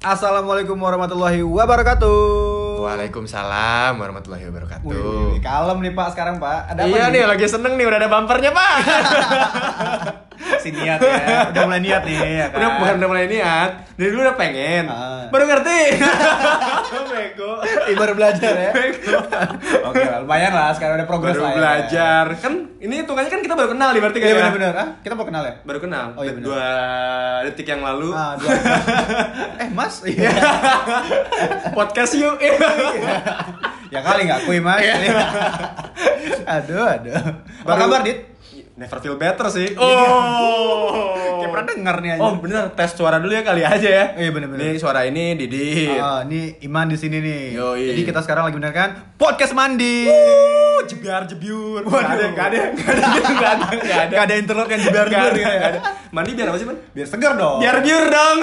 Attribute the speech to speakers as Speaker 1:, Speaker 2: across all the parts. Speaker 1: Assalamualaikum warahmatullahi wabarakatuh.
Speaker 2: Waalaikumsalam warahmatullahi wabarakatuh.
Speaker 1: Wih, wih, wih, kalem nih Pak sekarang Pak. Ada apa
Speaker 2: iya nih lagi seneng nih udah ada bumpernya pak.
Speaker 1: Si niat ya. Udah mulai niat nih ya kan.
Speaker 2: udah bukan udah mulai niat, dari dulu udah pengen,
Speaker 1: Ah.
Speaker 2: baru ngerti. Bego.
Speaker 1: Ih, baru belajar ya. Oke, lah, lumayan lah sekarang ada progres
Speaker 2: Baru
Speaker 1: lah. ya.
Speaker 2: belajar kan ini hitungannya kan kita baru kenal nih berarti
Speaker 1: Iya
Speaker 2: kayak
Speaker 1: benar-benar. Ah, kita mau kenal ya?
Speaker 2: baru kenal
Speaker 1: Oh, iya, bener.
Speaker 2: dua detik yang lalu
Speaker 1: Ah, dua. eh, Mas. Iya.
Speaker 2: podcast yuk
Speaker 1: ya kali nggak kui Mas. aduh, aduh. Apa
Speaker 2: Iya. Baru-
Speaker 1: kabar, Dit?
Speaker 2: never feel better sih oh
Speaker 1: Kayak pernah denger nih aja.
Speaker 2: oh bener tes suara dulu ya kali aja ya
Speaker 1: Iya, bener-bener.
Speaker 2: Nih, suara ini Didit
Speaker 1: Ah, ini Iman di sini nih.
Speaker 2: Yoi.
Speaker 1: Jadi kita sekarang lagi mendengarkan podcast mandi.
Speaker 2: Uh, jebiar jebiur
Speaker 1: Waduh.
Speaker 2: Gak ada gak ada gak ada gak ada
Speaker 1: Gak ada internet yang jebar-jebar gitu ya.
Speaker 2: mandi biar apa sih man
Speaker 1: Biar seger dong.
Speaker 2: biar biur dong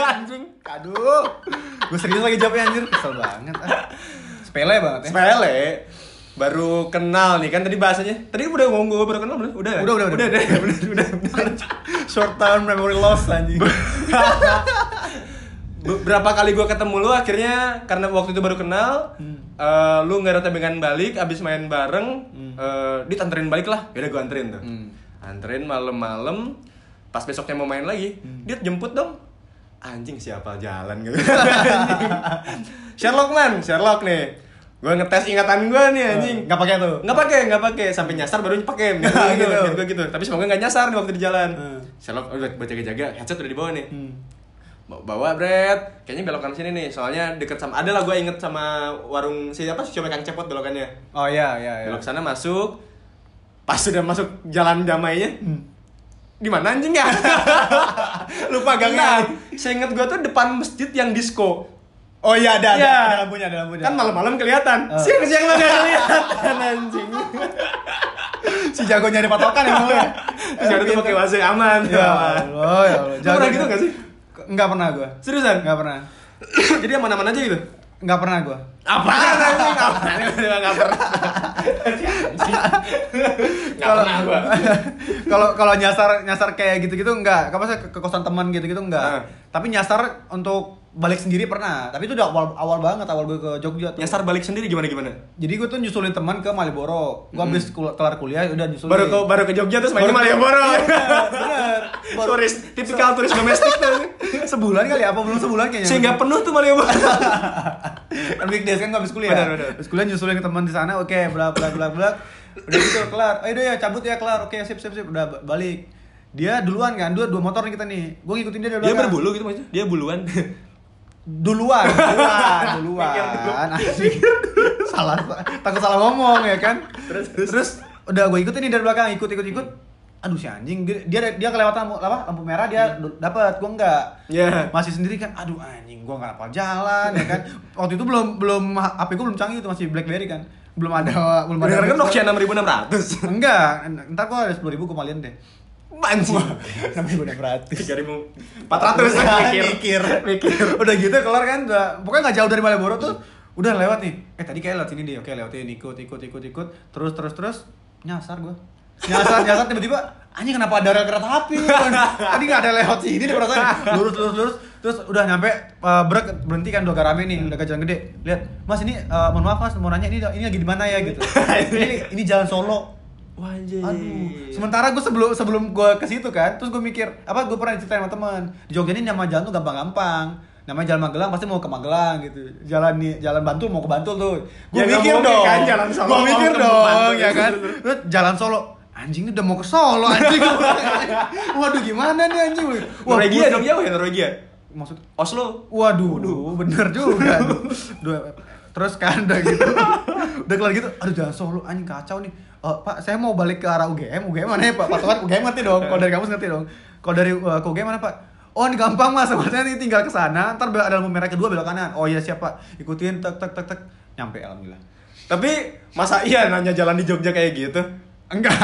Speaker 1: anjing. Aduh. Gue serius lagi jawabnya anjir, kesel banget. ah. Sepele banget ya.
Speaker 2: sepele baru kenal nih kan tadi bahasanya tadi udah ngomong gue baru kenal belum udah kan?
Speaker 1: Udah, udah, udah.
Speaker 2: udah udah udah, udah, udah.
Speaker 1: Short term memory loss anjing.
Speaker 2: Be- berapa kali gue ketemu lu akhirnya karena waktu itu baru kenal
Speaker 1: Hmm.
Speaker 2: eh, lu nggak ada tebingan balik abis main bareng
Speaker 1: Hmm.
Speaker 2: eh, dit anterin balik lah yaudah gue anterin tuh anterin malam-malam pas besoknya mau main lagi
Speaker 1: Hmm.
Speaker 2: dit jemput dong anjing siapa jalan gitu Anjing. Sherlock man Sherlock nih gue ngetes ingatan gue nih anjing
Speaker 1: Enggak pakai tuh.
Speaker 2: nggak pakai nggak pakai sampai nyasar baru pakai gitu, gitu.
Speaker 1: Gitu.
Speaker 2: Niat gua gitu tapi semoga nggak nyasar nih waktu di jalan
Speaker 1: Hmm.
Speaker 2: Sherlock udah baca jaga headset udah dibawa nih
Speaker 1: Hmm.
Speaker 2: Bawa- bawa bread kayaknya belokan sini nih soalnya deket sama ada lah gue inget sama warung siapa sih cuma kang cepot belokannya
Speaker 1: Oh iya iya iya.
Speaker 2: belok sana masuk pas sudah masuk jalan damainya
Speaker 1: Hmm.
Speaker 2: di mana anjing ya lupa
Speaker 1: Iya.
Speaker 2: gangan saya inget gue tuh depan masjid yang disco
Speaker 1: Oh iya ada, ada,
Speaker 2: Iya.
Speaker 1: ada lampunya, ada lampunya.
Speaker 2: kan malam-malam kelihatan
Speaker 1: Eh.
Speaker 2: siang-siang mana kelihatan anjing
Speaker 1: si jago nyari patokan emang lu ya.
Speaker 2: terus ada tuh pakai wazir aman tuh,
Speaker 1: Ya
Speaker 2: aman.
Speaker 1: Allah, ya Allah.
Speaker 2: Lu pernah gitu nggak sih?
Speaker 1: Enggak pernah gua.
Speaker 2: Seriusan?
Speaker 1: Enggak pernah.
Speaker 2: Jadi aman-aman aja gitu?
Speaker 1: Enggak pernah gua.
Speaker 2: Apa? Apaan? Gak pernah Gak
Speaker 1: Kalau-
Speaker 2: pernah gua
Speaker 1: Kalau kalau nyasar nyasar kayak gitu-gitu enggak. Kamu saya ke ke kosan teman gitu-gitu
Speaker 2: Ah.
Speaker 1: enggak. Tapi nyasar untuk balik sendiri pernah. Tapi itu udah awal awal banget awal gue ke Jogja tuh.
Speaker 2: Nyasar balik sendiri gimana-gimana?
Speaker 1: Jadi gue tuh nyusulin teman ke Malioboro. Gue habis kul- kelar kuliah udah nyusulin.
Speaker 2: Hmm. Baru ke, baru ke Jogja terus main
Speaker 1: iya.
Speaker 2: ke
Speaker 1: Baru-
Speaker 2: Malioboro
Speaker 1: Iya, bener, bener. Baru-
Speaker 2: Turis, tipikal turis domestik tuh
Speaker 1: sebulan kali ya? apa belum sebulan kayaknya.
Speaker 2: Sehingga penuh tuh
Speaker 1: Iya,
Speaker 2: Malioboro
Speaker 1: kan weekdays kan gue habis kuliah.
Speaker 2: Bener, bener.
Speaker 1: Habis kuliah nyusulin ke teman di sana, oke, bla bla bla bla. Udah gitu kelar. Ayo ya cabut ya kelar. Oke, sip sip sip udah ba- balik. Dia duluan kan, dua dua motor nih kita nih. Gue ngikutin dia dari
Speaker 2: Dia
Speaker 1: belakang.
Speaker 2: berbulu gitu maksudnya? Dia buluan
Speaker 1: Duluan, duluan,
Speaker 2: Pikir
Speaker 1: duluan. Anjing. salah takut salah ngomong ya kan.
Speaker 2: Terus, terus.
Speaker 1: terus udah gue ikutin nih dari belakang ikut ikut ikut. Aduh si anjing dia dia- dia kelewatan lampu, apa, lampu merah
Speaker 2: Iya.
Speaker 1: dia du- dapat, gue enggak.
Speaker 2: Ya
Speaker 1: masih sendiri kan aduh anjing gua nggak hafal jalan ya kan waktu itu belum belum HP gua belum canggih itu masih BlackBerry kan belum ada belum ada
Speaker 2: Bener kan Nokia 6600
Speaker 1: enggak ntar gua ada sepuluh ribu gua malin deh
Speaker 2: Anjing
Speaker 1: enam ribu enam ratus
Speaker 2: 3400 mikir
Speaker 1: mikir udah gitu kelar kan udah, pokoknya nggak jauh dari Malioboro tuh udah lewat nih eh tadi kayak lewat sini deh oke lewatin ikut ikut ikut ikut terus terus terus nyasar gua nyasar nyasar tiba-tiba anjing kenapa ada rel kereta api tadi nggak ada lewat sini deh perasaan lurus lurus lurus terus udah nyampe eh, brek berhenti kan udah agak rame nih udah ke jalan gede lihat mas ini eh, mohon maaf mas mau nanya ini ini lagi di mana ya gitu ini ini jalan Solo
Speaker 2: Wah anjing
Speaker 1: Aduh, sementara gue sebelum sebelum gue ke situ kan, terus gue mikir apa gue pernah cerita sama teman di Jogja ini nama jalan tuh gampang-gampang, namanya jalan Magelang pasti mau ke Magelang gitu, jalan nih jalan Bantul mau ke Bantul tuh, gue
Speaker 2: Ya, nggak
Speaker 1: mikir
Speaker 2: mungkin
Speaker 1: dong,
Speaker 2: kan jalan Solo
Speaker 1: gue
Speaker 2: mau
Speaker 1: mikir
Speaker 2: ke
Speaker 1: dong
Speaker 2: Bantul.
Speaker 1: ya kan, terus jalan Solo anjing ini udah mau ke Solo anjing, waduh gimana nih anjing, Wah,
Speaker 2: Norwegia
Speaker 1: gua-
Speaker 2: dong jauh ya Norwegia
Speaker 1: maksud
Speaker 2: Oslo
Speaker 1: Waduh, bener juga. Dua- terus kan udah gitu. udah kelar gitu, aduh jangan solo anjing kacau nih. Eh, pak, saya mau balik ke arah UGM. UGM mana ya, Pak? Pak Tuhan, UGM ngerti dong. Kalau dari kampus ngerti dong. Kalau dari eh, ke UGM mana, Pak? Oh, ini gampang Mas. Maksudnya nih tinggal ke sana, ntar bel- ada lampu merah kedua belok kanan. Oh iya siap, Pak. Ikutin tek tek tek tek. Nyampe alhamdulillah.
Speaker 2: Tapi masa iya nanya jalan di Jogja kayak gitu?
Speaker 1: Enggak.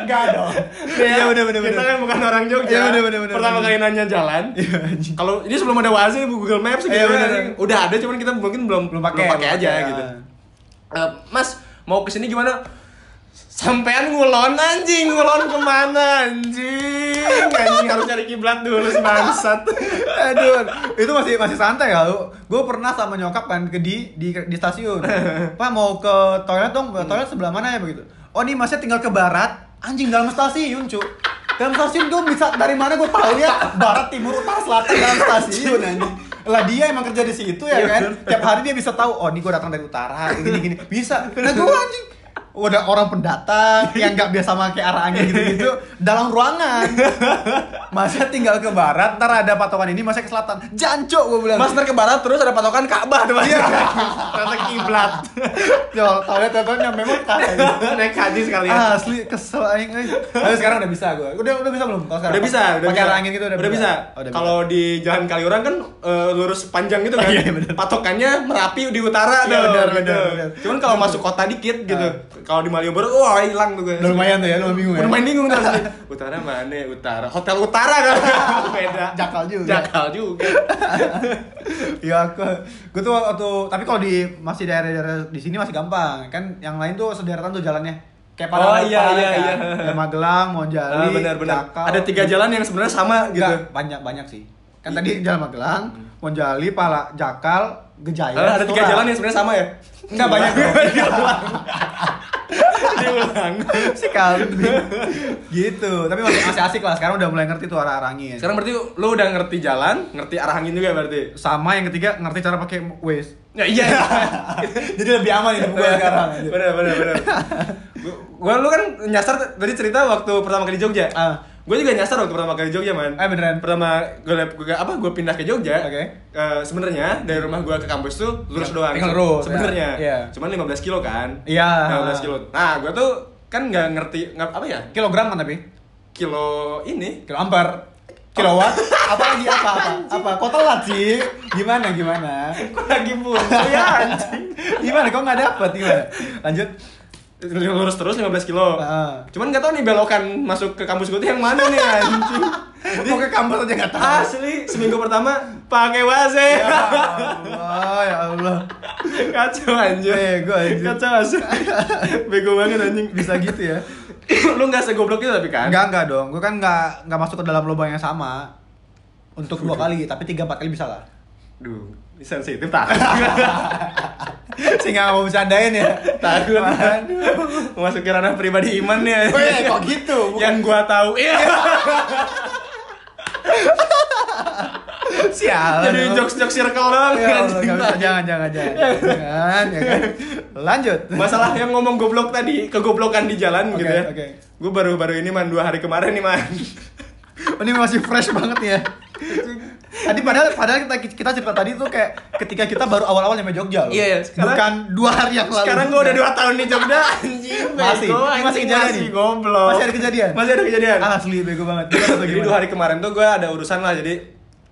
Speaker 1: Enggak dong.
Speaker 2: Ya,
Speaker 1: Iya, bener bener.
Speaker 2: Kita
Speaker 1: bener.
Speaker 2: kan bukan orang Jogja.
Speaker 1: Iya, bener, bener,
Speaker 2: Pertama
Speaker 1: bener.
Speaker 2: kali nanya jalan.
Speaker 1: Iya, anjing.
Speaker 2: Kalau ini sebelum ada Waze, Google Maps gitu.
Speaker 1: Iya,
Speaker 2: ya,
Speaker 1: bener.
Speaker 2: anjing. Udah ada cuman kita mungkin belum Iya.
Speaker 1: Belum pakai, gitu.
Speaker 2: aja
Speaker 1: belum pakai.
Speaker 2: gitu. Eh, mas, mau kesini gimana? Sampean ngulon anjing, ngulon kemana anjing? Anjing harus cari kiblat dulu bangsat.
Speaker 1: Aduh, itu masih masih santai ya. Gue pernah sama nyokap kan ke di di, di stasiun. Pak mau ke toilet dong, toilet sebelah mana ya begitu. Oh ini masnya tinggal ke barat, anjing dalam stasiun cu. Dalam stasiun gue bisa dari mana gue tahu ya barat timur utara selatan dalam stasiun anjing. Lah dia emang kerja di situ ya kan. Tiap hari dia bisa tahu. Oh ini gue datang dari utara, gini gini bisa. Nah gue anjing udah orang pendatang yang nggak biasa pakai arah angin gitu-gitu dalam ruangan masnya tinggal ke barat ntar ada patokan ini masnya ke selatan janco gue bilang
Speaker 2: Mas ntar ke barat terus ada patokan Ka'bah depan.
Speaker 1: Iya. Ternyata kiblat. Jol, Ya, toilet tontonnya memang kayak gitu.
Speaker 2: Naik haji sekali ya.
Speaker 1: Asli kesel aing euy. Tapi sekarang udah bisa gue. Udah udah bisa belum? Kalau sekarang
Speaker 2: Udah bisa, udah
Speaker 1: pakai
Speaker 2: bisa.
Speaker 1: arah angin gitu udah,
Speaker 2: bisa.
Speaker 1: Oh, udah
Speaker 2: Kalau di Jalan Kaliurang kan eh, lurus panjang gitu kan.
Speaker 1: Iya, iya, bener.
Speaker 2: Patokannya Merapi di
Speaker 1: Iya,
Speaker 2: utara tuh,
Speaker 1: bener,
Speaker 2: gitu.
Speaker 1: bener, bener. Ah.
Speaker 2: Cuman kalau masuk kota dikit gitu. Kalau di Malioboro wah hilang tuh gue.
Speaker 1: udah lumayan tuh ya, lu bingung ya.
Speaker 2: Udah main bingung terus. Utara mana? ya? Utara. Hotel Utara kan. Beda.
Speaker 1: Jakal juga.
Speaker 2: Jakal juga.
Speaker 1: ya aku gue tuh waktu tapi kalau di masih daerah-daerah di sini masih gampang kan yang lain tuh sederetan tuh jalannya kayak
Speaker 2: Oh,
Speaker 1: Padang-
Speaker 2: iya,
Speaker 1: Padang
Speaker 2: iya,
Speaker 1: kan.
Speaker 2: iya.
Speaker 1: Ada Magelang Monjali
Speaker 2: Ah, benar benar.
Speaker 1: Jakal.
Speaker 2: Ada tiga jalan yang sebenarnya sama gitu. Iya. Hmm.
Speaker 1: Enggak, banyak banyak sih kan tadi jalan Magelang Monjali Pala Jakal Gejaya
Speaker 2: Ah, ada tiga
Speaker 1: Stora.
Speaker 2: jalan yang sebenarnya sama ya?
Speaker 1: Enggak, banyak.
Speaker 2: Diulang. Diulang.
Speaker 1: si kambing gitu tapi masih masih asik lah sekarang udah mulai ngerti tuh arah arangin
Speaker 2: Sekarang berarti lu udah ngerti jalan, ngerti arah angin juga berarti.
Speaker 1: sama yang ketiga ngerti cara pakai waze
Speaker 2: Ya iya.
Speaker 1: jadi lebih aman
Speaker 2: ya,
Speaker 1: hidup gue sekarang
Speaker 2: bener bener bener. Gu- Gua lu kan nyasar t- tadi cerita waktu pertama kali di Jogja.
Speaker 1: Ah.
Speaker 2: Gue juga nyasar waktu pertama kali di Jogja, man.
Speaker 1: Eh, beneran?
Speaker 2: Pertama gue apa gue pindah ke Jogja.
Speaker 1: Oke.
Speaker 2: Eh, sebenarnya dari rumah gue ke kampus tuh lurus doang.
Speaker 1: tinggal lurus, ya.
Speaker 2: Sebenarnya.
Speaker 1: Iya.
Speaker 2: Cuman 15 kilo kan.
Speaker 1: Iya.
Speaker 2: 15 kilo. Nah, gue tuh kan nggak ngerti nggak apa ya?
Speaker 1: kilogram kan tapi
Speaker 2: Kilo ini
Speaker 1: kilo ampere kilowatt apa lagi apa apa apa kok telat sih gimana gimana
Speaker 2: Kok lagi buntu ya anjing?
Speaker 1: gimana kok nggak dapet gimana lanjut
Speaker 2: Lurus terus 15 kilo.
Speaker 1: Ah.
Speaker 2: Cuman nggak tahu nih belokan masuk ke kampus gue tuh yang mana nih anjing.
Speaker 1: mau ke kampus aja nggak tahu
Speaker 2: Asli seminggu pertama pakai wase.
Speaker 1: ya Allah ya Allah
Speaker 2: Kacau anjing.
Speaker 1: Bego, anjing.
Speaker 2: Kacau asli. Bego banget anjing.
Speaker 1: bisa gitu ya
Speaker 2: Lu nggak segoblok itu tapi kan?
Speaker 1: Enggak, enggak dong. Gue kan enggak enggak masuk ke dalam lubang yang sama. Untuk dua kali, tapi tiga empat kali bisa lah.
Speaker 2: Duh, ini sensitif tak?
Speaker 1: Sih nggak mau bercandain ya.
Speaker 2: Takut. Masuk ke ranah pribadi iman nih. anjing.
Speaker 1: Weh, kok gitu? Bukan-
Speaker 2: Yang gua tahu. Iya.
Speaker 1: Sialan.
Speaker 2: Jadi
Speaker 1: emang.
Speaker 2: jokes-jokes circle doang.
Speaker 1: Ya Allah,
Speaker 2: anjing,
Speaker 1: nggak bisa.
Speaker 2: tak?
Speaker 1: jangan, jangan, jangan. Jangan, ya kan. Lanjut.
Speaker 2: Masalah yang ngomong goblok tadi, kegoblokan di jalan
Speaker 1: Oke,
Speaker 2: gitu ya.
Speaker 1: oke.
Speaker 2: Gue baru-baru ini man dua hari kemarin nih man.
Speaker 1: Ini masih fresh banget ya. Tadi padahal padahal kita kita cerita tadi tuh kayak ketika kita baru awal-awal nyampe Jogja loh.
Speaker 2: Iya, iya. Sekarang-
Speaker 1: Bukan dua hari yang lalu.
Speaker 2: Sekarang gue udah dua tahun di Jogja anjing.
Speaker 1: Masih?
Speaker 2: bego,
Speaker 1: Ini
Speaker 2: anjing,
Speaker 1: masih kejadian
Speaker 2: masih
Speaker 1: nih?
Speaker 2: goblok.
Speaker 1: Masih ada kejadian? Ah,
Speaker 2: Masih ada kejadian.
Speaker 1: asli bego banget. Gimana tuh,
Speaker 2: jadi
Speaker 1: gimana?
Speaker 2: dua hari kemarin tuh gue ada urusan lah jadi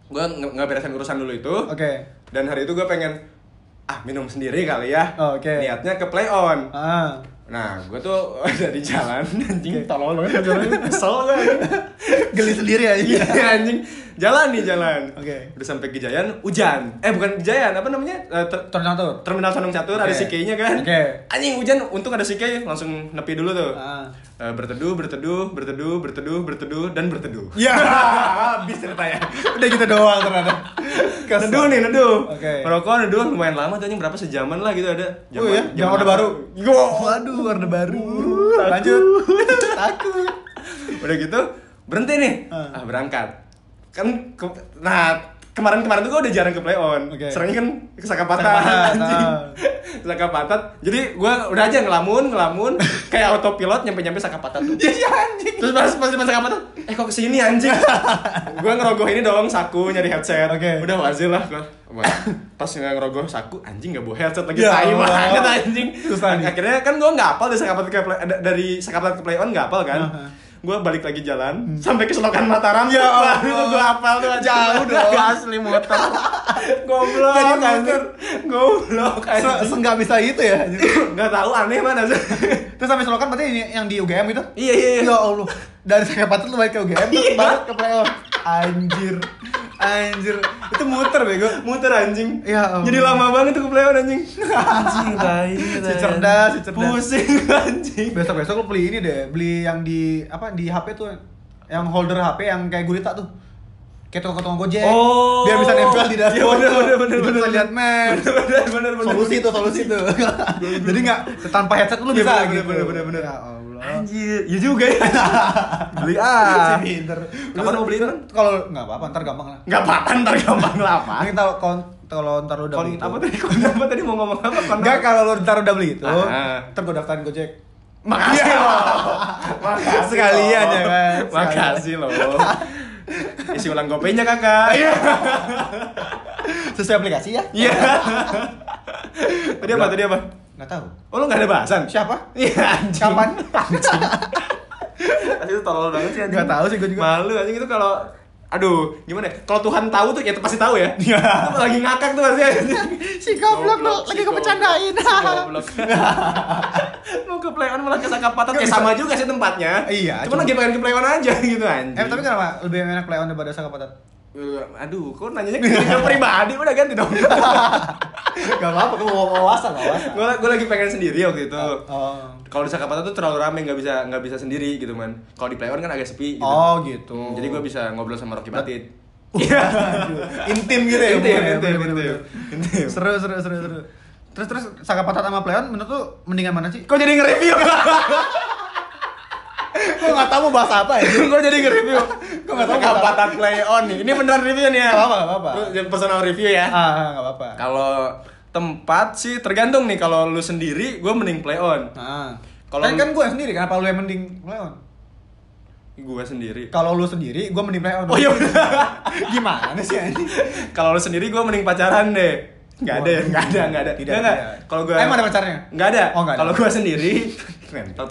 Speaker 2: gue nggak beresin urusan dulu itu.
Speaker 1: Oke.
Speaker 2: Dan hari itu gue pengen ah minum sendiri kali ya.
Speaker 1: Oh, oke.
Speaker 2: Niatnya ke play on.
Speaker 1: Ah.
Speaker 2: Nah, gue tuh udah di jalan anjing tolol banget jalan kesel gue.
Speaker 1: Geli sendiri ya.
Speaker 2: Iya anjing. Jalan nih jalan.
Speaker 1: Oke.
Speaker 2: Udah sampai Gejayan, hujan. Eh bukan Gejayan, apa namanya? Eh, ter-
Speaker 1: Ternyata
Speaker 2: Terminal Condong Catur ada
Speaker 1: Oke.
Speaker 2: si nya kan.
Speaker 1: Oke.
Speaker 2: Anjing hujan, untung ada si Kay, langsung nepi dulu tuh.
Speaker 1: Ah.
Speaker 2: Eh, berteduh, berteduh, berteduh, berteduh, berteduh dan berteduh.
Speaker 1: Ya, habis
Speaker 2: ya.
Speaker 1: ceritanya. Udah gitu doang ternyata.
Speaker 2: Neduh nih, neduh.
Speaker 1: Oke.
Speaker 2: Merokok neduh lumayan lama tuh anjing berapa sejaman lah gitu ada.
Speaker 1: Oh iya, yang
Speaker 2: apa?
Speaker 1: orde baru.
Speaker 2: Gua-
Speaker 1: Waduh, warna baru.
Speaker 2: takut.
Speaker 1: Lanjut. Takut.
Speaker 2: Udah gitu berhenti nih.
Speaker 1: Ah.
Speaker 2: Ah, berangkat. Kan ke- nah kemarin-kemarin tuh gue udah jarang ke play on.
Speaker 1: Oke.
Speaker 2: Seringnya kan kesaka
Speaker 1: Kesaka
Speaker 2: patah.
Speaker 1: patat,
Speaker 2: anjing.
Speaker 1: ah.
Speaker 2: Kesaka patat. Jadi gue udah aja ngelamun, ngelamun kayak autopilot nyampe-nyampe saka patat tuh.
Speaker 1: Ya, ya anjing.
Speaker 2: Terus pas pas pas kapan tuh? Eh kok kesini anjing? gue ngerogoh ini dong saku nyari headset.
Speaker 1: Oke.
Speaker 2: Udah wazil lah gue. Pas nggak ngerogoh saku anjing nggak bawa headset lagi.
Speaker 1: Ya
Speaker 2: Ya, tai
Speaker 1: Allah.
Speaker 2: banget anjing.
Speaker 1: Terus tadi?
Speaker 2: akhirnya kan gue nggak apal dari sakapat ke play, da- dari sakapat ke play on nggak apal kan.
Speaker 1: Aha.
Speaker 2: Gue balik lagi jalan sampai ke selokan Mataram. Hmm. Ya
Speaker 1: Allah.
Speaker 2: itu gue apal tuh anjing.
Speaker 1: Jauh dong.
Speaker 2: Asli motor. Goblok
Speaker 1: Jadi motor.
Speaker 2: anjing. Goblok
Speaker 1: Se-
Speaker 2: anjing.
Speaker 1: Seenggak bisa itu ya. anjing.
Speaker 2: Nggak tahu aneh mana sih.
Speaker 1: Terus sampai selokan berarti ini yang di UGM itu?
Speaker 2: Iya iya iya.
Speaker 1: Ya Allah. Dari saya patut lu balik ke UGM terus
Speaker 2: Iya.
Speaker 1: balik ke PO. Anjir. Anjir, itu muter bego.
Speaker 2: muter anjing
Speaker 1: Ya ampun.
Speaker 2: jadi lama banget tuh kepleon anjing
Speaker 3: Anjing tai.
Speaker 1: Si cerdas, si cerdas.
Speaker 2: pusing anjing
Speaker 1: Besok-besok lo beli ini deh, beli yang di apa di HP tuh yang holder HP yang kayak gurita tuh. Kayak tukang-tukang Gojek.
Speaker 2: Oh.
Speaker 1: Biar bisa nempel di
Speaker 2: Iya,
Speaker 1: dashboard.
Speaker 2: bener, bener, bener,
Speaker 1: Biar bisa
Speaker 2: bener.
Speaker 1: lihat maps.
Speaker 2: bener bener bener
Speaker 1: Solusi tuh, solusi tuh. Jadi enggak tanpa headset lu
Speaker 2: Iya,
Speaker 1: bisa
Speaker 2: bener,
Speaker 1: gitu.
Speaker 2: bener, bener, bener.
Speaker 1: Ya Allah.
Speaker 2: anjir ya juga ya beli ah
Speaker 1: Si pinter.
Speaker 2: kapan mau beliin kan
Speaker 1: Kalau nggak apa-apa, ntar gampang lah.
Speaker 2: nggak apa-apa ntar gampang lama
Speaker 1: Ini kalau kon- kalau ntar lu udah gitu.
Speaker 2: kon
Speaker 1: beli itu.
Speaker 2: apa tadi kon apa tadi mau ngomong apa kon
Speaker 1: Enggak kalau lu ntar udah beli itu,
Speaker 2: Ah.
Speaker 1: ntar gua daftarin Gojek.
Speaker 2: makasih loh Iya. makasih
Speaker 1: Sekalian
Speaker 2: loh.
Speaker 1: ya kan?
Speaker 2: makasih loh isi ulang gopenya kakak iya
Speaker 1: Sesuai aplikasi ya?
Speaker 2: iya tadi apa tadi apa
Speaker 1: Nggak tahu.
Speaker 2: oh lo nggak ada bahasan
Speaker 1: Siapa?
Speaker 2: iya anjing
Speaker 1: Kapan?
Speaker 2: Anjing itu tolol banget sih anjing.
Speaker 1: Nggak tahu sih gua juga.
Speaker 2: Malu anjing itu kalau aduh, gimana ya? Kalau Tuhan tahu tuh ya pasti tahu ya. Itu lagi ngakak tuh pasti anjing.
Speaker 1: Si goblok lu lagi kepecandain.
Speaker 2: Si goblok. Mau ke playon malah ke Sakapata
Speaker 1: Nggak
Speaker 2: ya
Speaker 1: bisa.
Speaker 2: sama juga sih tempatnya.
Speaker 1: Iya, cuma-
Speaker 2: Cuma lagi pengen ke playon aja gitu anjing.
Speaker 1: Eh tapi kenapa lebih enak play on daripada Sakapatat?
Speaker 2: Eh, aduh, kok nanyanya ke ke pribadi udah ganti dong.
Speaker 1: Gak apa-apa, gue mau wawasan, wawasan.
Speaker 2: Gue gue lagi pengen sendiri waktu itu.
Speaker 1: Oh.
Speaker 2: Kalau di Sakapata tuh terlalu rame nggak bisa nggak bisa sendiri gitu man. Kalau di playon kan agak sepi gitu.
Speaker 1: Oh gitu.
Speaker 2: Hmm, jadi gue bisa ngobrol sama Rocky Batit.
Speaker 1: intim gitu ya. Gitu
Speaker 2: Intim,
Speaker 1: pokoknya,
Speaker 2: intim,
Speaker 1: bener-bener.
Speaker 2: intim, intim.
Speaker 1: Seru, seru, seru, seru. Terus terus Sakapatat sama Playon menurut lu mendingan mana sih?
Speaker 2: Kok jadi nge-review?
Speaker 1: Gue gak tau mau bahas apa ya.
Speaker 2: Kok jadi nge-review?
Speaker 1: Gua nggak tahu.
Speaker 2: Kapatan play on nih. Ini beneran review nih ya?
Speaker 1: Nggak apa-apa, nggak apa-apa.
Speaker 2: Lu Jadi personal review ya.
Speaker 1: Ah, gak apa-apa.
Speaker 2: Kalau tempat sih tergantung nih kalau lu sendiri gue mending play on.
Speaker 1: Nah,
Speaker 2: Kalau-
Speaker 1: kalau kan gue sendiri, kenapa lu yang mending Playon?
Speaker 2: Gue sendiri.
Speaker 1: Kalau lu sendiri, gue mending Playon.
Speaker 2: Oh iya.
Speaker 1: Gimana sih anjing?
Speaker 2: kalau lu sendiri gue mending pacaran deh. Enggak ada ya? Enggak ada, enggak ada.
Speaker 1: Tidak,
Speaker 2: Enggak, enggak.
Speaker 1: tidak.
Speaker 2: Kalau gue
Speaker 1: Emang ada pacarnya?
Speaker 2: Enggak ada.
Speaker 1: Oh, nggak ada.
Speaker 2: Kalau gue sendiri Rentot.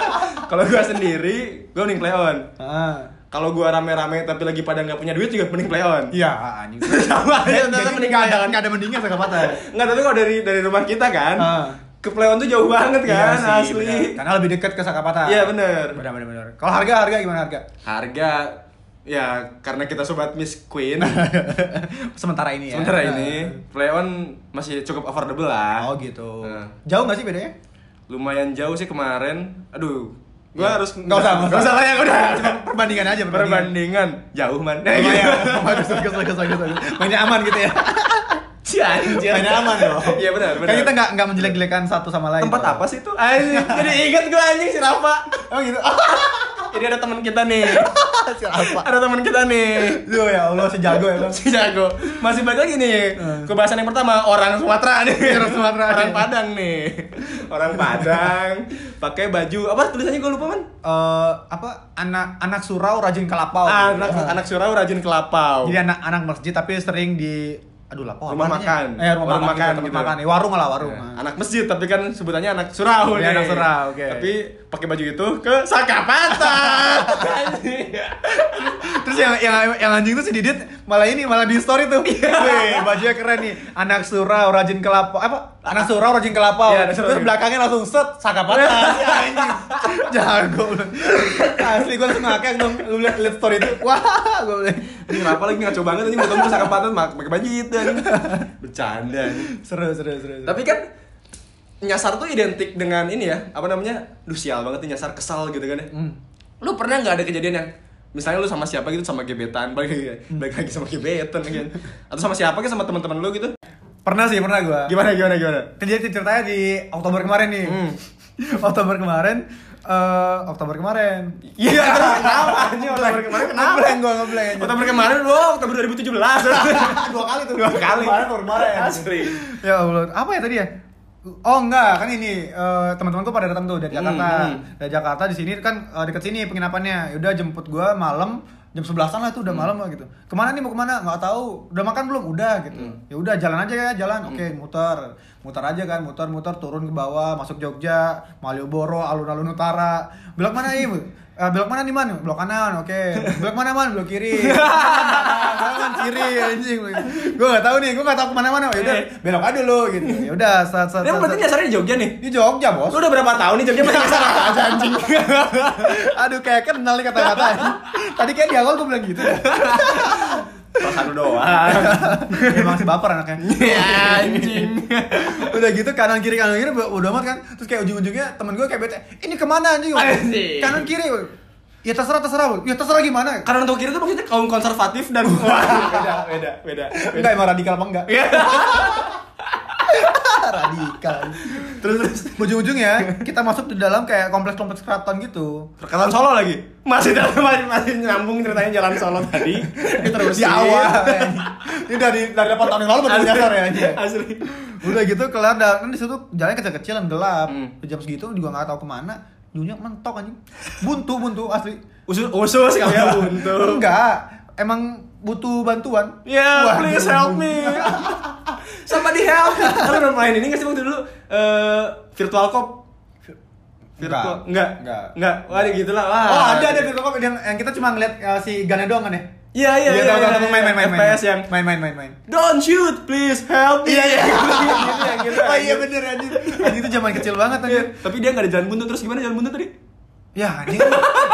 Speaker 2: Kalau gue sendiri gue mending play on.
Speaker 1: Ah.
Speaker 2: Kalau gue rame-rame tapi lagi pada nggak punya duit juga mending play on.
Speaker 1: Iya, anjing.
Speaker 2: Sama
Speaker 1: Jadi
Speaker 2: aja, ternyata mending
Speaker 1: nggak ada nggak ada mendingnya Sakapatat.
Speaker 2: Nggak, tapi kalau dari dari rumah kita kan,
Speaker 1: Ah.
Speaker 2: ke Pleon tuh jauh banget kan,
Speaker 1: Iya sih,
Speaker 2: asli.
Speaker 1: benar. Karena lebih dekat ke Sakapata.
Speaker 2: Iya, benar.
Speaker 1: Benar benar benar. Kalau harga harga gimana harga?
Speaker 2: Harga ya karena kita sobat Miss Queen
Speaker 1: Sementara ini ya. Nah.
Speaker 2: sementara ini Pleon masih cukup affordable lah.
Speaker 1: Oh gitu.
Speaker 2: Nah.
Speaker 1: Jauh nggak sih bedanya?
Speaker 2: Lumayan jauh sih kemarin. Aduh, gua harus
Speaker 1: Iya. Nggak usah, nggak
Speaker 2: nggak usah lah ya udah.
Speaker 1: Cuma perbandingan aja perbandingan.
Speaker 2: Perbandingan jauh man.
Speaker 1: Oh,
Speaker 2: Ya,
Speaker 1: iya.
Speaker 2: gitu.
Speaker 1: Bagus bagus bagus bagus. bagus. Mainnya aman gitu ya.
Speaker 2: Ci, anjir.
Speaker 1: Mainnya aman dong.
Speaker 2: Iya benar, benar.
Speaker 1: Kan kita nggak nggak menjelek-jelekan satu sama lain.
Speaker 2: tempat apa sih itu? Anjing, jadi inget gua anjing si Rafa.
Speaker 1: Oh gitu.
Speaker 2: Jadi ada teman kita nih.
Speaker 1: Si Alfa.
Speaker 2: Ada teman kita nih.
Speaker 1: Duh ya Allah si jago ya bang.
Speaker 2: si jago masih balik lagi nih ke bahasan yang pertama orang Sumatera nih
Speaker 1: Orang Sumatera.
Speaker 2: orang Padang nih orang Padang pakai baju apa tulisannya gue lupa man
Speaker 1: Eh apa anak anak surau rajin kelapau.
Speaker 2: Ah,
Speaker 1: Iya.
Speaker 2: anak anak surau rajin kelapau
Speaker 1: Jadi anak anak masjid tapi sering di aduh lapor
Speaker 2: Rumah makan.
Speaker 1: Eh rumah,
Speaker 2: Warung makan
Speaker 1: makan, tempat
Speaker 2: gitu.
Speaker 1: makan. Ya, warung lah warung.
Speaker 2: Nah,
Speaker 1: Ah.
Speaker 2: anak masjid tapi kan sebutannya anak surau
Speaker 1: Iya,
Speaker 2: nih
Speaker 1: anak surau, oke.
Speaker 2: tapi pakai baju itu ke Sakapata
Speaker 1: Terus yang yang yang anjing tuh si Didit malah ini malah di story tuh.
Speaker 2: Iya.
Speaker 1: Weh, bajunya keren nih. Anak surau rajin kelapa apa? Anak surau rajin kelapa.
Speaker 2: Iya, anak surau. Iya,
Speaker 1: Terus belakangnya langsung set sakapata. Ya, anjing. Jago. lu. Asli gua langsung ngakak dong lu lihat lihat story itu. Wah, gua bilang,
Speaker 2: ini kenapa lagi ngaco banget ini mau ke Sakapata mak- pakai baju itu anjing. bercanda anjing.
Speaker 1: seru seru seru. seru.
Speaker 2: Tapi kan nyasar tuh identik dengan ini ya, apa namanya? Duh sial banget nih nyasar kesal gitu kan ya.
Speaker 1: Hmm.
Speaker 2: Lu pernah nggak ada kejadian yang misalnya lu sama siapa gitu sama gebetan, balik lagi, balik lagi sama gebetan kan. Atau sama siapa gitu sama teman-teman lu gitu.
Speaker 1: pernah sih pernah gua.
Speaker 2: Gimana gimana gimana?
Speaker 1: Terjadi ceritanya di Oktober kemarin nih.
Speaker 2: Hmm.
Speaker 1: Oktober kemarin eh Oktober kemarin.
Speaker 2: Iya, terus kenapa anjing
Speaker 1: Oktober kemarin kenapa? Ngeblank gua ngeblank. anjing.
Speaker 2: Oktober kemarin, wow, Oktober 2017.
Speaker 1: dua kali tuh.
Speaker 2: Dua kali.
Speaker 1: Kemarin baru kemarin.
Speaker 2: Asli.
Speaker 1: Ya Allah, apa ya tadi ya? Oh enggak, kan ini eh, teman-teman tuh pada datang tuh dari
Speaker 2: Hmm,
Speaker 1: Jakarta.
Speaker 2: hmm.
Speaker 1: Dari Jakarta di sini kan eh, deket sini penginapannya. Udah jemput gua malam jam 11-an lah tuh udah malam lah gitu. Kemana nih mau kemana? Nggak tahu. Udah makan belum? Udah gitu. Ya udah jalan aja ya, jalan. Oke, muter. Muter aja kan, muter-muter turun ke bawah, masuk Jogja, Malioboro, alun-alun utara. Belok mana, Im? Eh, belok mana nih, Man? Belok kanan. Oke. Belok mana, Man? Belok kiri. kanan kiri anjing gue gak tahu nih gue gak tahu kemana mana ya udah belok aja dulu gitu ya udah saat saat
Speaker 2: Dia berarti
Speaker 1: saat-
Speaker 2: nyasarnya di Jogja nih.
Speaker 1: di Jogja bos
Speaker 2: Lu udah berapa tahun nih Jogja masih nyasar aja anjing.
Speaker 1: aduh kayak kenal nih kata-kata tadi kayak di awal gue bilang gitu
Speaker 2: Pas anu doang.
Speaker 1: Emang si baper anaknya.
Speaker 2: Ya anjing.
Speaker 1: udah gitu kanan kiri kanan kiri udah amat kan terus kayak ujung ujungnya temen gue kayak bete ini kemana anjing
Speaker 2: Anjing.
Speaker 1: kanan kiri ya terserah terserah ya terserah gimana
Speaker 2: Karena untuk kiri itu maksudnya kaum konservatif dan Wah, beda beda beda. beda.
Speaker 1: enggak emang radikal apa enggak
Speaker 2: Iya.
Speaker 1: radikal terus terus ujung ujungnya kita masuk di dalam kayak kompleks kompleks keraton gitu
Speaker 2: Perkenalan Solo lagi. Masih dalam masih, masih nyambung ceritanya jalan Solo tadi. Diterusin.
Speaker 1: di awal
Speaker 2: iya.
Speaker 1: ini dari dari 8 tahun yang lalu baru
Speaker 2: Asli.
Speaker 1: nyasar ya anjing.
Speaker 2: Asli.
Speaker 1: udah gitu kelar dan kan di situ jalannya kecil-kecilan gelap
Speaker 2: Hmm.
Speaker 1: jam segitu juga nggak tahu kemana nyonya mentok anjing buntu buntu asli
Speaker 2: Usus usus kali ya buntu.
Speaker 1: Enggak, emang butuh bantuan.
Speaker 2: Ya,
Speaker 1: Waduh.
Speaker 2: please help me. Somebody help. Kalian udah main ini nggak sih waktu dulu eh virtual cop?
Speaker 1: Enggak.
Speaker 2: Virtual enggak. Enggak. Enggak. Wah, ada gitu lah. Wah.
Speaker 1: Oh, ada ada virtual cop yang, yang kita cuma ngeliat eh, si Gana doang kan ya?
Speaker 2: Iya, iya, iya.
Speaker 1: tahu,
Speaker 2: iya,
Speaker 1: tahu, tahu.
Speaker 2: iya,
Speaker 1: main main main main.
Speaker 2: FPS yang
Speaker 1: main main main main.
Speaker 2: Don't shoot, please help me.
Speaker 1: Iya, iya.
Speaker 2: gitu, gitu, yang gitu.
Speaker 1: Oh iya bener anjir. Anjir itu zaman kecil banget
Speaker 2: Iya,
Speaker 1: anjir.
Speaker 2: Tapi dia nggak ada jalan buntu terus gimana jalan buntu tadi?
Speaker 1: Ya anjir.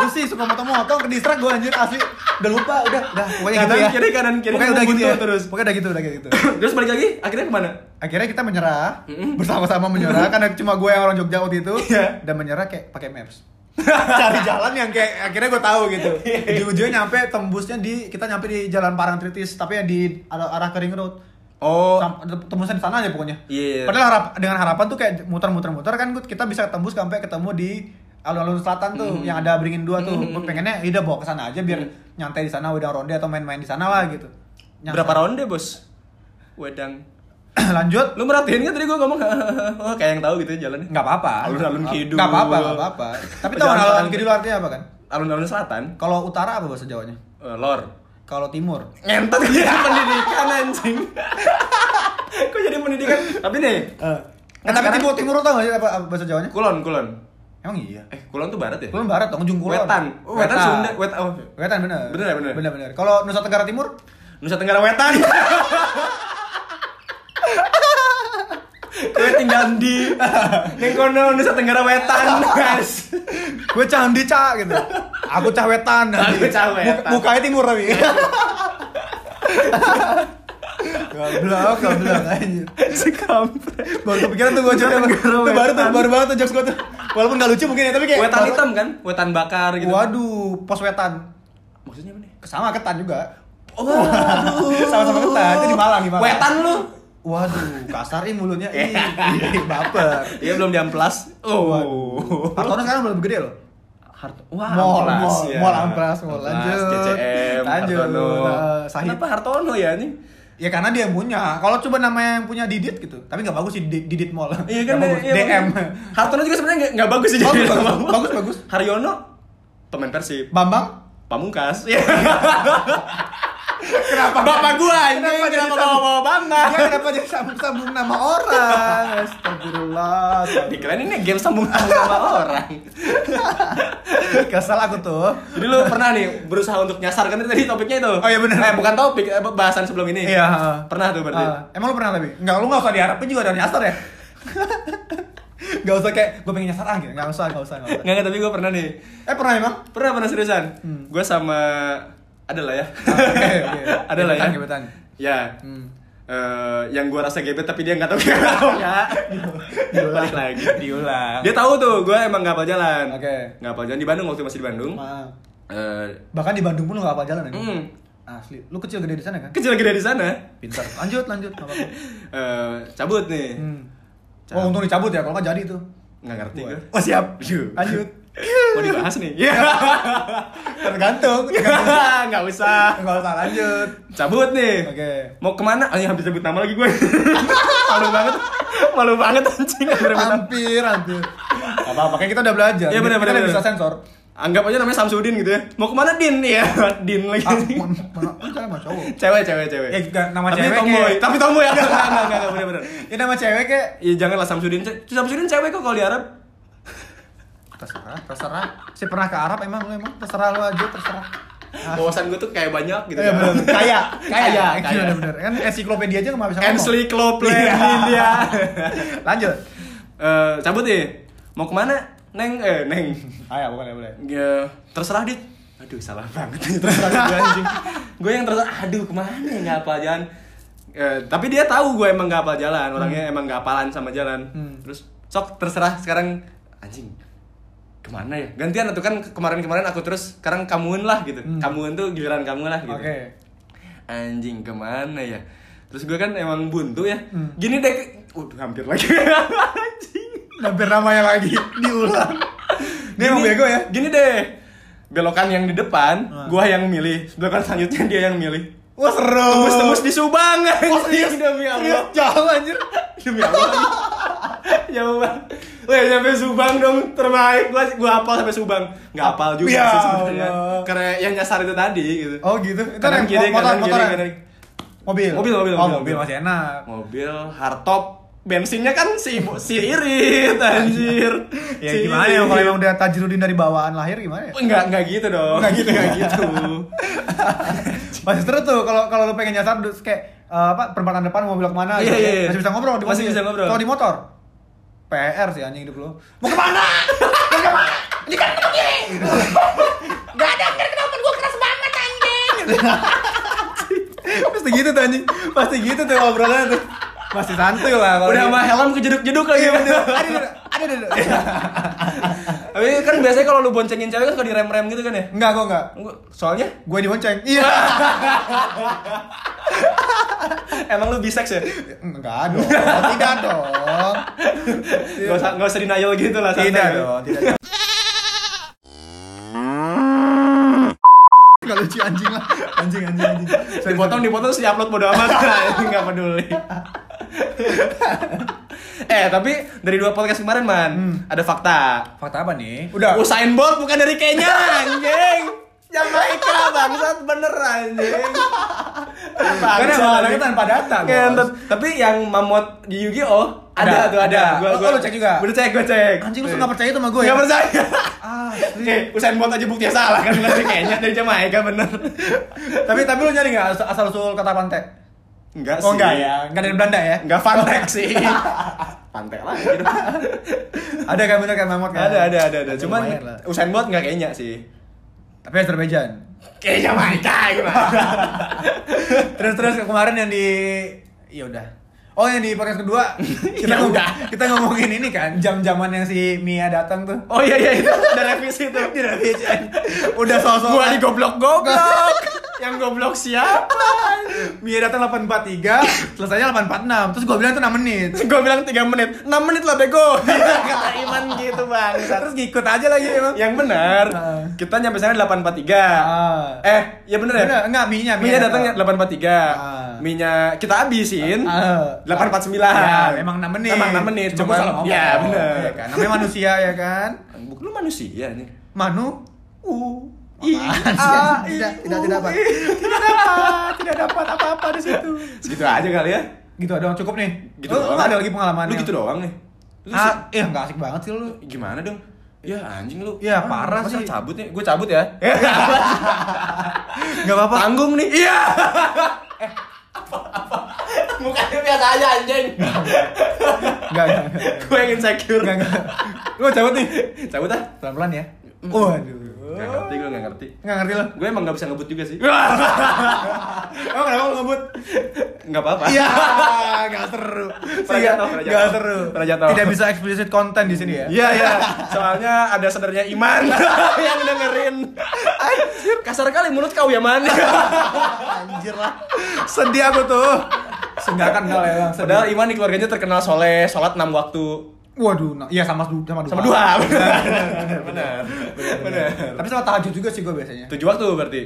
Speaker 1: Lu sih suka motong-motong ke distrak gua anjir asli. Udah lupa, udah, udah. Pokoknya
Speaker 2: Kanan
Speaker 1: gitu ya.
Speaker 2: kiri, kanan kiri,
Speaker 1: Pokoknya udah
Speaker 2: buntu
Speaker 1: gitu ya.
Speaker 2: terus.
Speaker 1: Pokoknya udah gitu, udah gitu.
Speaker 2: terus balik lagi, akhirnya kemana?
Speaker 1: Akhirnya kita menyerah,
Speaker 2: Mm-mm.
Speaker 1: bersama-sama menyerah karena cuma gue yang orang Jogja waktu itu
Speaker 2: Iya.
Speaker 1: dan menyerah kayak pakai maps. Cari jalan yang kayak akhirnya gue tahu gitu. Ujung-ujungnya nyampe tembusnya di kita nyampe di Jalan Parang Tritis tapi yang di arah, arah ke Ring Road.
Speaker 2: Oh,
Speaker 1: Sam- Tembusnya di sana aja pokoknya.
Speaker 2: Iya.
Speaker 1: Padahal harap, dengan harapan tuh kayak muter-muter-muter kan gua- kita bisa tembus sampai ketemu di alun-alun selatan tuh yang ada beringin dua tuh. Gue pengennya ya udah bawa ke sana aja biar nyantai di sana wedang ronde atau main-main di sana lah gitu. Nyasar.
Speaker 2: berapa ronde bos? Wedang.
Speaker 1: Lanjut.
Speaker 2: Lu merhatiin kan tadi gua ngomong, oh kayak yang tahu gitu ya jalannya.
Speaker 1: Nggak apa-apa.
Speaker 2: Alun-alun kidul.
Speaker 1: Nggak apa-apa, nggak apa-apa. Tapi tahu
Speaker 2: Perjalanan
Speaker 1: alun-alun
Speaker 2: ke-
Speaker 1: kidul artinya apa kan?
Speaker 2: Alun-alun selatan,
Speaker 1: Kalau utara apa bahasa Jawanya?
Speaker 2: eh, lor.
Speaker 1: Kalau timur?
Speaker 2: Ngentot kok jadi pendidikan anjing. Kok jadi pendidikan? Tapi nih,
Speaker 1: Eh. tapi
Speaker 2: sekarang-
Speaker 1: timur timur tau nggak sih apa, apa bahasa Jawanya?
Speaker 2: kulon, kulon.
Speaker 1: Emang iya.
Speaker 2: Eh, kulon tuh barat ya?
Speaker 1: Kulon barat dong, ujung kulon.
Speaker 2: Wetan. Oh, wetan Sunda,
Speaker 1: Wetan,
Speaker 2: wet oh.
Speaker 1: Wetan, bener.
Speaker 2: Bener ya, bener?
Speaker 1: Bener bener. Kalau Nusa Tenggara Timur?
Speaker 2: Nusa Tenggara Wetan. Gue tinggal di yang kono Nusa Tenggara Wetan, guys.
Speaker 1: Gue candi cah gitu. Aku cah wetan.
Speaker 2: Aku cah wetan.
Speaker 1: Mu- Mukanya timur tapi. Goblok, goblok anjir.
Speaker 2: Sekampret.
Speaker 1: Baru kepikiran tuh gue
Speaker 2: Nusa
Speaker 1: coba.
Speaker 2: Tenggara
Speaker 1: Tuh baru tuh,
Speaker 2: Wetan.
Speaker 1: baru banget tuh jokes gue tuh. Walaupun gak lucu mungkin ya, tapi kayak
Speaker 2: Wetan hitam kan? Wetan bakar gitu.
Speaker 1: Waduh, pos wetan.
Speaker 2: Maksudnya apa nih?
Speaker 1: Sama ketan juga.
Speaker 2: Oh,
Speaker 1: Sama-sama ketan, itu di Malang, di Malang.
Speaker 2: Wetan Iya. lu.
Speaker 1: Waduh, kasar ih mulutnya. Ih, ih, baper.
Speaker 2: Iya belum diamplas.
Speaker 1: Waduh. Hartono sekarang udah lebih gede loh.
Speaker 2: Hart Wah,
Speaker 1: Mall,
Speaker 2: Amplas,
Speaker 1: mall,
Speaker 2: ya.
Speaker 1: mall Amplas, mall. Lanjut.
Speaker 2: Amplas, CCM,
Speaker 1: Lanjut.
Speaker 2: Hartono.
Speaker 1: Eh, Sahid.
Speaker 2: Kenapa Hartono ya ini?
Speaker 1: Ya karena dia yang punya. Kalau coba namanya yang punya Didit gitu, tapi nggak bagus sih Didit, Didit Mall.
Speaker 2: Iya kan
Speaker 1: Nggak bagus.
Speaker 2: iya,
Speaker 1: DM.
Speaker 2: bagus. Hartono juga sebenarnya nggak- nggak bagus sih
Speaker 1: Bagus,
Speaker 2: jadi
Speaker 1: bagus,
Speaker 2: nama.
Speaker 1: bagus, bagus.
Speaker 2: Haryono pemain Persib.
Speaker 1: Bambang,
Speaker 2: Pamungkas.
Speaker 1: Iya.
Speaker 2: kenapa? Bapak gua ini kenapa,
Speaker 1: kenapa
Speaker 2: bawa bawa Bambang?
Speaker 1: dia kenapa dia sambung-sambung nama orang? Astagfirullah.
Speaker 2: Dikirain ini game sambung sama orang.
Speaker 1: Kesel aku tuh.
Speaker 2: Jadi lu pernah nih berusaha untuk nyasar kan tadi topiknya itu.
Speaker 1: Oh, iya bener.
Speaker 2: Eh bukan topik, eh, bahasan sebelum ini.
Speaker 1: Iya.
Speaker 2: Pernah tuh berarti.
Speaker 1: Ah, emang lu pernah tapi? Enggak, lu enggak usah diharapin juga dari nyasar ya. Enggak usah kayak gue pengen nyasar ah gitu. Enggak usah, enggak usah, enggak usah.
Speaker 2: Nggak, nggak, tapi gua pernah nih.
Speaker 1: Eh pernah emang?
Speaker 2: Pernah pernah seriusan. Gue sama ada lah ya.
Speaker 1: Hmm. Ah, oke, oke.
Speaker 2: ada lah ya.
Speaker 1: Gebetan, gebetan.
Speaker 2: Ya.
Speaker 1: Hmm.
Speaker 2: Eh, yang gue rasa gebet tapi dia nggak tahu
Speaker 1: Oh,
Speaker 2: kenapa.
Speaker 1: ya.
Speaker 2: Diulang lagi.
Speaker 1: Diulang.
Speaker 2: Dia tahu tuh, gue emang nggak apa jalan.
Speaker 1: Oke. Ah.
Speaker 2: Nggak apa jalan di Bandung waktu masih di Bandung.
Speaker 1: Maaf.
Speaker 2: Eh,
Speaker 1: Bahkan di Bandung pun lu enggak apa jalan anjing.
Speaker 2: Mm.
Speaker 1: Asli. Lu kecil gede di sana kan?
Speaker 2: kecil gede di sana.
Speaker 1: Pintar. Lanjut, lanjut. Enggak apa-apa.
Speaker 2: Eh, cabut nih.
Speaker 1: Hmm.
Speaker 2: Cabut.
Speaker 1: Oh, untung dicabut ya, kalau nggak jadi tuh.
Speaker 2: Nggak ngerti
Speaker 1: Wah.
Speaker 2: gue.
Speaker 1: Oh, siap.
Speaker 2: Aduh.
Speaker 1: Lanjut.
Speaker 2: Mau dibahas nih. Iya.
Speaker 1: Tergantung.
Speaker 2: Nggak usah.
Speaker 1: Enggak usah lanjut.
Speaker 2: Cabut nih.
Speaker 1: Oke.
Speaker 2: Mau kemana? Ah, ya, hampir sebut nama lagi gue. Malu banget. Malu banget anjing. Hampir sebut nama.
Speaker 1: Hampir, hampir. Gak apa-apa, kan kita udah belajar.
Speaker 2: Iya, benar,
Speaker 1: Kita
Speaker 2: benar,
Speaker 1: bisa
Speaker 2: benar.
Speaker 1: sensor.
Speaker 2: Anggap aja namanya Samsudin gitu ya. Mau kemana Din? Iya, Din lagi.
Speaker 1: Ah, mana mana sama cowok.
Speaker 2: cewek, cewek, cewek.
Speaker 1: Ya, juga nama
Speaker 2: Tapi
Speaker 1: cewek
Speaker 2: tomboy.
Speaker 1: kayak-
Speaker 2: Tapi tomboy ya. Enggak, enggak, enggak, enggak, bener-bener.
Speaker 1: Ya nama cewek kayak
Speaker 2: Ya janganlah Samsudin. Ce- Samsudin cewek kok kalau di Arab.
Speaker 1: terserah, terserah. Si pernah ke Arab emang lu emang terserah lu aja terserah. Ah.
Speaker 2: Wawasan gue tuh kayak banyak gitu.
Speaker 1: Iya, bener. Kaya,
Speaker 2: Kaya,
Speaker 1: kaya,
Speaker 2: kaya.
Speaker 1: kaya. bener. Iya. Kan ensiklopedia aja nggak bisa ngomong.
Speaker 2: Encyclopedia.
Speaker 1: Lanjut.
Speaker 2: Eh, cabut nih. Mau kemana? Neng, eh, Neng.
Speaker 1: Ayo, bukan Ah, ya boleh.
Speaker 2: Ya, terserah dit. aduh salah banget terus gue anjing gue yang terus aduh kemana ya nggak apa jalan Eh, tapi dia tahu gue emang nggak apa jalan orangnya emang nggak apalan sama jalan
Speaker 1: Hmm.
Speaker 2: terus sok terserah sekarang anjing kemana ya gantian tuh kan kemarin-kemarin aku terus sekarang kamuin lah gitu
Speaker 1: Hmm.
Speaker 2: kamuin tuh giliran kamu lah gitu
Speaker 1: Oke.
Speaker 2: anjing kemana ya terus gue kan emang buntu ya
Speaker 1: Hmm.
Speaker 2: gini deh waduh hampir lagi anjing
Speaker 1: Hampir namanya lagi diulang. Dia emang
Speaker 2: Gini-
Speaker 1: bego ya.
Speaker 2: Gini deh. Belokan yang di depan,
Speaker 1: Ah.
Speaker 2: gua yang milih. Belokan selanjutnya dia yang milih.
Speaker 1: Wah seru.
Speaker 2: Tembus-tembus di Subang.
Speaker 1: Oh, serius?
Speaker 2: anjing, demi
Speaker 1: Serius?
Speaker 2: Allah.
Speaker 1: Jauh anjir.
Speaker 2: Demi Allah. Jauh banget. Weh, sampai Subang dong terbaik. Gua gua hafal sampai Subang. Enggak hafal juga
Speaker 1: Ya
Speaker 2: sih sebenarnya.
Speaker 1: Allah.
Speaker 2: Karena yang nyasar itu tadi gitu.
Speaker 1: Oh gitu. Itu yang
Speaker 2: Kanan kiri,
Speaker 1: motor
Speaker 2: kanan kiri,
Speaker 1: motor.
Speaker 2: kanan kiri.
Speaker 1: Mobil.
Speaker 2: Mobil, mobil,
Speaker 1: Oh,
Speaker 2: mobil,
Speaker 1: mobil
Speaker 2: mobil.
Speaker 1: masih enak.
Speaker 2: Mobil hardtop bensinnya kan si si irit anjir.
Speaker 1: Ya
Speaker 2: Si
Speaker 1: gimana ya kalau
Speaker 2: irit.
Speaker 1: emang udah tajrudin dari bawaan lahir gimana ya?
Speaker 2: Enggak, enggak gitu dong.
Speaker 1: Enggak gitu ya?
Speaker 2: enggak gitu.
Speaker 1: Masih seru tuh kalau kalau lu pengen nyasar dus- kayak eh, apa perempatan depan mau belok mana gitu.
Speaker 2: Iya, iya, iya.
Speaker 1: masih bisa ngobrol di
Speaker 2: Masih
Speaker 1: mobil.
Speaker 2: bisa ngobrol.
Speaker 1: Kalau di motor PR sih anjing hidup lu. Mau kemana?
Speaker 3: Gak ada anjir kenapa gue keras banget anjing
Speaker 1: Pasti gitu tuh anjing. Pasti gitu tuh obrolannya tuh. Masih santuy lah kalau
Speaker 2: udah
Speaker 1: gitu.
Speaker 2: sama helm kejeduk-jeduk lagi
Speaker 1: Iya bener. Ada ada ada. ada.
Speaker 2: tapi kan biasanya kalau lu boncengin cewek kan suka direm-rem gitu kan ya
Speaker 1: Enggak, gua enggak.
Speaker 2: Gua- soalnya
Speaker 1: Gue dibonceng. Iya.
Speaker 2: emang lu biseks ya
Speaker 1: Enggak dong. Tidak dong.
Speaker 2: nggak usah nggak usah denial gitu lah santai
Speaker 1: Tidak
Speaker 2: ya.
Speaker 1: dong. Tidak. dong. Enggak lucu anjing lah. Anjing anjing anjing. Sorry,
Speaker 2: dipotong
Speaker 1: sorry.
Speaker 2: dipotong terus diupload bodo amat Nah, nggak peduli eh tapi dari dua podcast kemarin man
Speaker 1: Hmm.
Speaker 2: ada fakta
Speaker 1: Fakta apa nih? Udah.
Speaker 2: Usain Bolt Oh, bukan dari Kenya anjing Jamaika bangsat bener anjing
Speaker 1: Kan
Speaker 2: Bangsat,
Speaker 1: yang orangnya
Speaker 2: anjing.
Speaker 1: tanpa data. Bos.
Speaker 2: Ngentot. Tapi yang mamot di Yu-Gi-Oh ada,
Speaker 1: Ada,
Speaker 2: tuh ada.
Speaker 1: ada. Oh, lu cek juga?
Speaker 2: Gue cek, gue cek.
Speaker 1: Anjing lu enggak percaya tuh sama gue ya?
Speaker 2: Gak percaya.
Speaker 1: Ah,
Speaker 2: Eh, Usain Bolt aja buktinya salah kan bener sih kayaknya dari Jamaika bener.
Speaker 1: tapi tapi lu nyari enggak asal usul kata pantai?
Speaker 2: Enggak sih.
Speaker 1: Oh enggak ya, enggak dari Belanda ya?
Speaker 2: Enggak fantek sih. Fantek lah.
Speaker 1: Ada kan bener kan Mamot kan?
Speaker 2: Ada, ada, ada, ada. Cuman
Speaker 1: lumayan lah.
Speaker 2: Usain Bolt enggak kayaknya sih.
Speaker 1: tapi Azerbaijan.
Speaker 2: Kayak Jamaika gimana?
Speaker 1: terus terus kemarin yang di ya udah oh yang di podcast kedua kita
Speaker 2: Ya
Speaker 1: ngom-
Speaker 2: udah.
Speaker 1: kita ngomongin ini kan jam jaman yang si Mia datang tuh
Speaker 2: Oh iya iya itu ada revisi itu. Di revisi. Udah sosok. Gua di goblok-goblok. Yang goblok siapa?
Speaker 1: Mia datang 843 selesainya 846 terus gue bilang itu 6 menit
Speaker 2: Gua bilang 3 menit. 6 menit lah bego. Iya, Kata Iman gitu, Bang.
Speaker 1: terus ngikut aja lagi emang
Speaker 2: Yang benar,
Speaker 1: Ah.
Speaker 2: kita nyampe sana 843.
Speaker 1: Ah.
Speaker 2: Eh, ya bener ya?
Speaker 1: Bener, enggak Mi nya Mi
Speaker 2: Minya
Speaker 1: nya
Speaker 2: datang ya 843.
Speaker 1: Ah.
Speaker 2: Minya kita habisin
Speaker 1: Ah.
Speaker 2: 849.
Speaker 1: Ya, emang 6 menit.
Speaker 2: Iya, Emang 6 menit.
Speaker 1: Cuma gua salah ngomong.
Speaker 2: Ya, bener.
Speaker 1: Iya kan? Namanya manusia ya kan?
Speaker 2: Bukan lu manusia nih.
Speaker 1: Manu
Speaker 2: U I
Speaker 1: Apaan sih?
Speaker 2: A I
Speaker 1: Tidak- tidak-
Speaker 2: U,
Speaker 1: tidak dapat.
Speaker 2: I. Tidak dapat. Tidak dapat apa-apa di situ. Segitu aja kali ya.
Speaker 1: gitu doang cukup nih.
Speaker 2: Gitu
Speaker 1: lu, lu
Speaker 2: doang.
Speaker 1: nggak ada lagi pengalaman. ya?
Speaker 2: Lu gitu doang nih. Lu se-
Speaker 1: Ah, eh enggak asik banget sih lu.
Speaker 2: gimana dong? Ya anjing lu.
Speaker 1: Ya,
Speaker 2: Ah,
Speaker 1: parah
Speaker 2: masa
Speaker 1: sih.
Speaker 2: cabut nih. Gue cabut ya.
Speaker 1: Enggak apa-apa.
Speaker 2: Tanggung nih. Iya. apa apa? Mukanya biasa aja anjing.
Speaker 1: Enggak, enggak, enggak.
Speaker 2: Gue yang insecure.
Speaker 1: Enggak, enggak.
Speaker 2: Lu cabut nih. Oh. Cabut ah.
Speaker 1: Pelan-pelan ya. Waduh.
Speaker 2: Gak ngerti gue gak ngerti.
Speaker 1: Enggak ngerti lo.
Speaker 2: Gue emang gak bisa ngebut juga sih.
Speaker 1: Emang kenapa lo ngebut?
Speaker 2: Gak apa-apa.
Speaker 1: Iya, enggak seru.
Speaker 2: Pernah
Speaker 1: Iya,
Speaker 2: jatuh, pernah
Speaker 1: enggak
Speaker 2: jatuh.
Speaker 1: seru.
Speaker 2: Pernah jatuh.
Speaker 1: Tidak bisa explicit content di sini ya.
Speaker 2: Iya iya, soalnya ada saudaranya Iman yang dengerin. Anjir, kasar kali mulut kau ya man.
Speaker 1: Anjir lah. Sedih aku tuh. Senggakan kali ya, Bang. Sedih.
Speaker 2: Padahal Iman di keluarganya terkenal soleh, sholat 6 waktu.
Speaker 1: Waduh, nah, iya sama du- sama dua.
Speaker 2: Sama dua. Benar, Ah. benar. Benar.
Speaker 1: Tapi sama tahajud juga sih gue biasanya.
Speaker 2: Tujuh waktu berarti.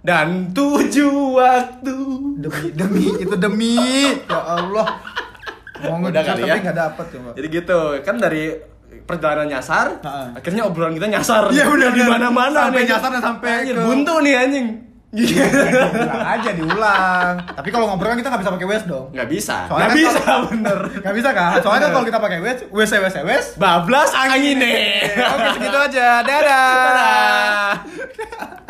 Speaker 2: Dan tujuh waktu.
Speaker 1: Demi demi itu demi. Ya Allah. Mau
Speaker 2: Udah
Speaker 1: ngejar
Speaker 2: kali
Speaker 1: tapi
Speaker 2: ya.
Speaker 1: enggak dapet ya, Pak.
Speaker 2: Jadi gitu, kan dari perjalanan nyasar,
Speaker 1: Ha-ha.
Speaker 2: akhirnya obrolan kita nyasar.
Speaker 1: Iya, benar,
Speaker 2: di
Speaker 1: benar.
Speaker 2: mana-mana
Speaker 1: Sampai
Speaker 2: nih.
Speaker 1: nyasar dan sampai
Speaker 2: Anjir,
Speaker 1: ke- Gitu.
Speaker 2: buntu nih anjing.
Speaker 1: Diulang aja diulang. Tapi kalau ngobrol kan kita nggak bisa pakai wes dong.
Speaker 2: Nggak bisa.
Speaker 1: Soalnya
Speaker 2: Nggak
Speaker 1: kan
Speaker 2: bisa
Speaker 1: kalau-
Speaker 2: bener.
Speaker 1: Nggak bisa kan? Soalnya kan kalau kita pakai wes, wes wes wes.
Speaker 2: Bablas angin nih.
Speaker 1: Oke segitu aja. Dadah.
Speaker 2: Dadah.